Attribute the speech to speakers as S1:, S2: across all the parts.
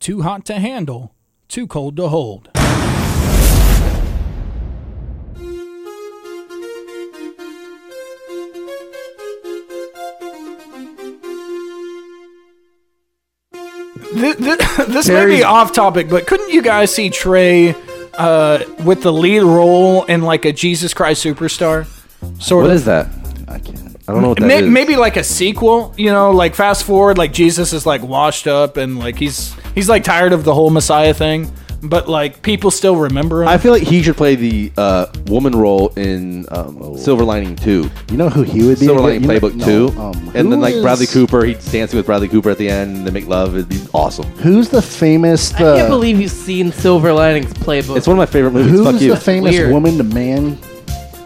S1: Too hot to handle, too cold to hold. This, this may
S2: Terry-
S1: be off topic, but couldn't you guys see Trey uh, with the lead role in like a Jesus Christ Superstar? Sort
S2: What
S1: of.
S2: is that? I can't. I don't know what that
S1: May-
S2: is.
S1: maybe like a sequel you know like fast forward like jesus is like washed up and like he's he's like tired of the whole messiah thing but like people still remember him
S2: I feel like he should play the uh, woman role in um, Silver Lining Two,
S3: You know who he would be?
S2: Silver
S3: You
S2: Lining
S3: know-
S2: Playbook
S3: no,
S2: Two,
S3: um,
S2: and then
S3: who
S2: like Bradley
S3: is-
S2: Cooper, he's dancing with Bradley Cooper at the end, and they make love. It'd be awesome.
S3: Who's the famous? The,
S4: I can't believe you've seen Silver Linings Playbook.
S2: It's one of my favorite movies.
S3: who's
S2: Fuck you.
S3: the famous
S4: Weird.
S3: woman to man?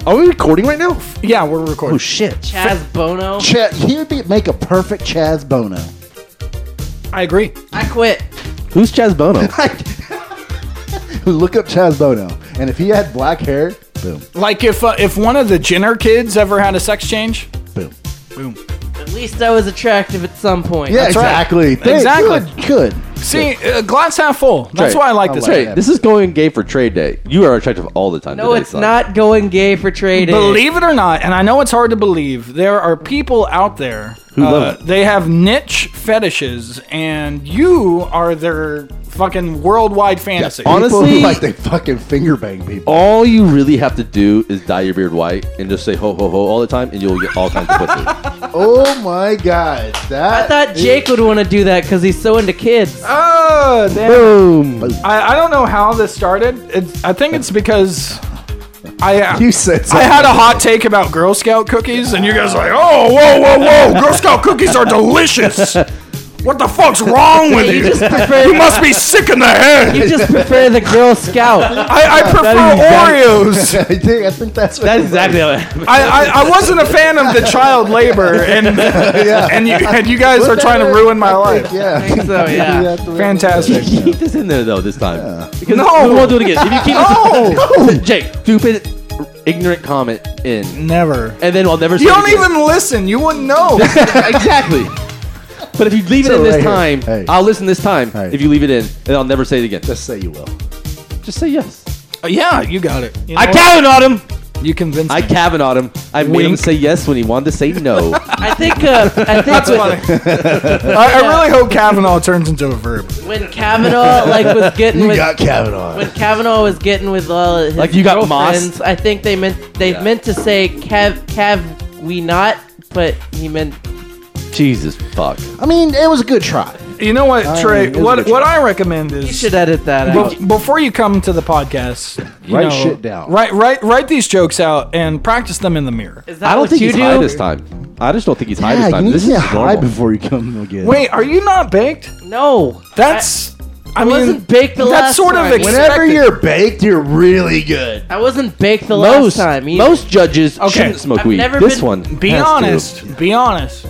S2: Are we recording right now?
S1: yeah we're recording
S3: Oh shit!
S4: Chaz Bono.
S3: Chaz, he would be make a perfect Chaz Bono.
S1: i agree
S4: I quit.
S2: Who's Chaz Bono?
S3: Look up Chaz Bono, and if he had black hair, boom,
S1: like if uh, if one of the jenner kids ever had a sex change
S3: boom.
S1: boom
S4: At least I was attractive at some point.
S3: Yeah,
S1: That's right.
S3: exactly. Thank-
S1: Exactly.
S3: Good. good.
S1: see uh, glass half full that's
S2: Trey,
S1: why i like
S3: I
S1: this
S3: like
S2: Trey, this is going gay for trade day. You are attractive all the time.
S4: No,
S2: today,
S4: it's
S2: son.
S4: not going gay for trading.
S1: Believe it or not, and I know it's hard to believe, there are people out there who
S2: love it.
S1: They have niche fetishes, and you are their fucking worldwide fantasy.
S2: on- Honestly- Oh.
S3: People like they fucking finger bang people.
S2: All you really have to do is dye your beard white and just say ho ho ho all the time, and you'll get all kinds of pussy.
S3: Oh my god, that.
S4: I thought Jake would want to do that because he's so into kids.
S1: oh, damn.
S2: Boom.
S1: I, I don't know how this started. It's, I think it's because I uh,
S3: You said
S1: I
S3: something.
S1: had a hot take about Girl Scout cookies, and you guys are like, oh, whoa, whoa, whoa, Girl Scout cookies are delicious. What the fuck's wrong with
S4: You
S1: you?
S4: just prefer
S1: You must be sick in the head.
S4: you just prefer the Girl Scout.
S1: I, I prefer Oreos.
S3: I think, I think that's what
S2: That's exactly how it happened.
S1: I, I, I wasn't a fan of the child labor, and and you and you guys are trying to ruin my
S3: I
S1: life.
S3: think, yeah.
S4: think so, yeah.
S3: That's what-
S1: Fantastic.
S2: Keep this in there though this time. Because
S1: No.
S2: we won't do it again. If you keep
S1: No.
S2: this, Jake, stupid, ignorant comment in,
S1: Never.
S2: and then I'll never.
S1: You don't even listen. You wouldn't know.
S2: even exactly. But if you leave it
S3: So
S2: in this
S3: right here.
S2: time,
S3: Hey.
S2: I'll listen this time.
S3: Hey.
S2: If you leave it in, and I'll never say it again.
S3: Just say you will.
S2: Just say yes.
S1: yeah, you got it. You
S2: I
S1: know
S2: Kavanaugh'd him.
S1: what? You convinced
S2: I
S1: me.
S2: Kavanaugh'd him. I made him
S1: Wink.
S2: say yes when he wanted to say no.
S4: I think uh, I think
S1: That's
S4: when,
S1: funny. I, I really hope Kavanaugh turns into a verb.
S4: when Kavanaugh like was getting
S3: You
S4: with
S3: got Kavanaugh.
S4: when Kavanaugh was getting with all his
S2: Like you got
S4: girlfriends, I think they meant they meant to say Cav Cav we not, but he meant
S2: Jesus fuck.
S3: I mean, it was a good try.
S1: You know what, Trey?
S3: it was a
S1: What
S3: good
S1: what I recommend
S4: you
S1: is
S4: should edit that
S1: Well,
S4: out.
S1: before you come to the podcast, you
S3: Write
S1: know,
S3: shit down.
S1: Write write write these jokes out and practice them in the mirror.
S4: Is that
S2: I don't
S4: what
S2: think
S4: you
S2: he's high
S4: do?
S2: this time. I just don't think he's high
S3: Yeah,
S2: this
S3: you
S2: time.
S3: need
S2: This
S3: to
S2: is
S3: get high
S2: normal.
S3: before you come again.
S1: Wait, are you not baked?
S4: No,
S1: That's I, mean
S4: wasn't baked the
S1: that's
S4: last
S1: sort of
S4: time.
S1: expected.
S3: Whenever you're baked, you're really good.
S4: I, I wasn't baked the
S2: Most
S4: last time. Either.
S2: most judges
S1: Okay.
S2: shouldn't smoke
S4: I've
S2: weed.
S4: never
S2: This
S4: been-
S2: one.
S1: Be
S2: has to.
S1: honest. Be honest.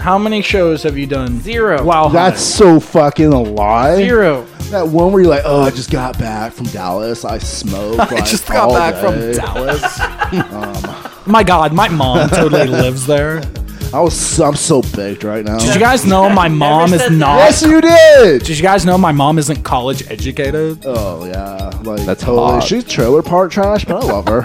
S1: How many shows have you done?
S4: Zero.
S1: Wow.
S3: That's so fucking a lie.
S4: zero.
S3: That one where you're like, oh, I just got back from Dallas. I smoked.
S1: I just got back from
S3: Dallas.
S1: my God, my mom totally lives there.
S3: I was. I'm so baked right now.
S1: Did you guys know my mom is
S4: said
S1: not?
S3: Um, yes, you did.
S1: Did you guys know my mom isn't college educated?
S3: oh yeah, like
S2: That's
S3: totally.
S2: hot.
S3: She's trailer park trash, but I love her.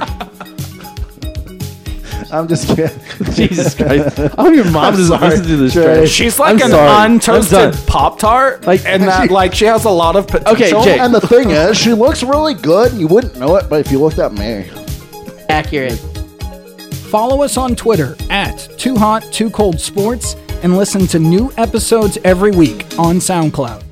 S3: I'm just kidding.
S2: Jesus Christ. I hope your mom doesn't listen to this
S3: Trey.
S2: trash.
S1: She's like
S2: I'm
S1: an
S2: sorry. I'm
S1: untoasted
S2: done.
S1: Pop Tart,
S2: Like-
S1: like, and that like she has a lot of potential.
S2: Jake.
S3: And the thing is, she looks really good. and You wouldn't know it, but if you looked at me,
S4: Accurate.
S1: Follow us on Twitter at Too Hot Too Cold Sports, and listen to new episodes every week on SoundCloud.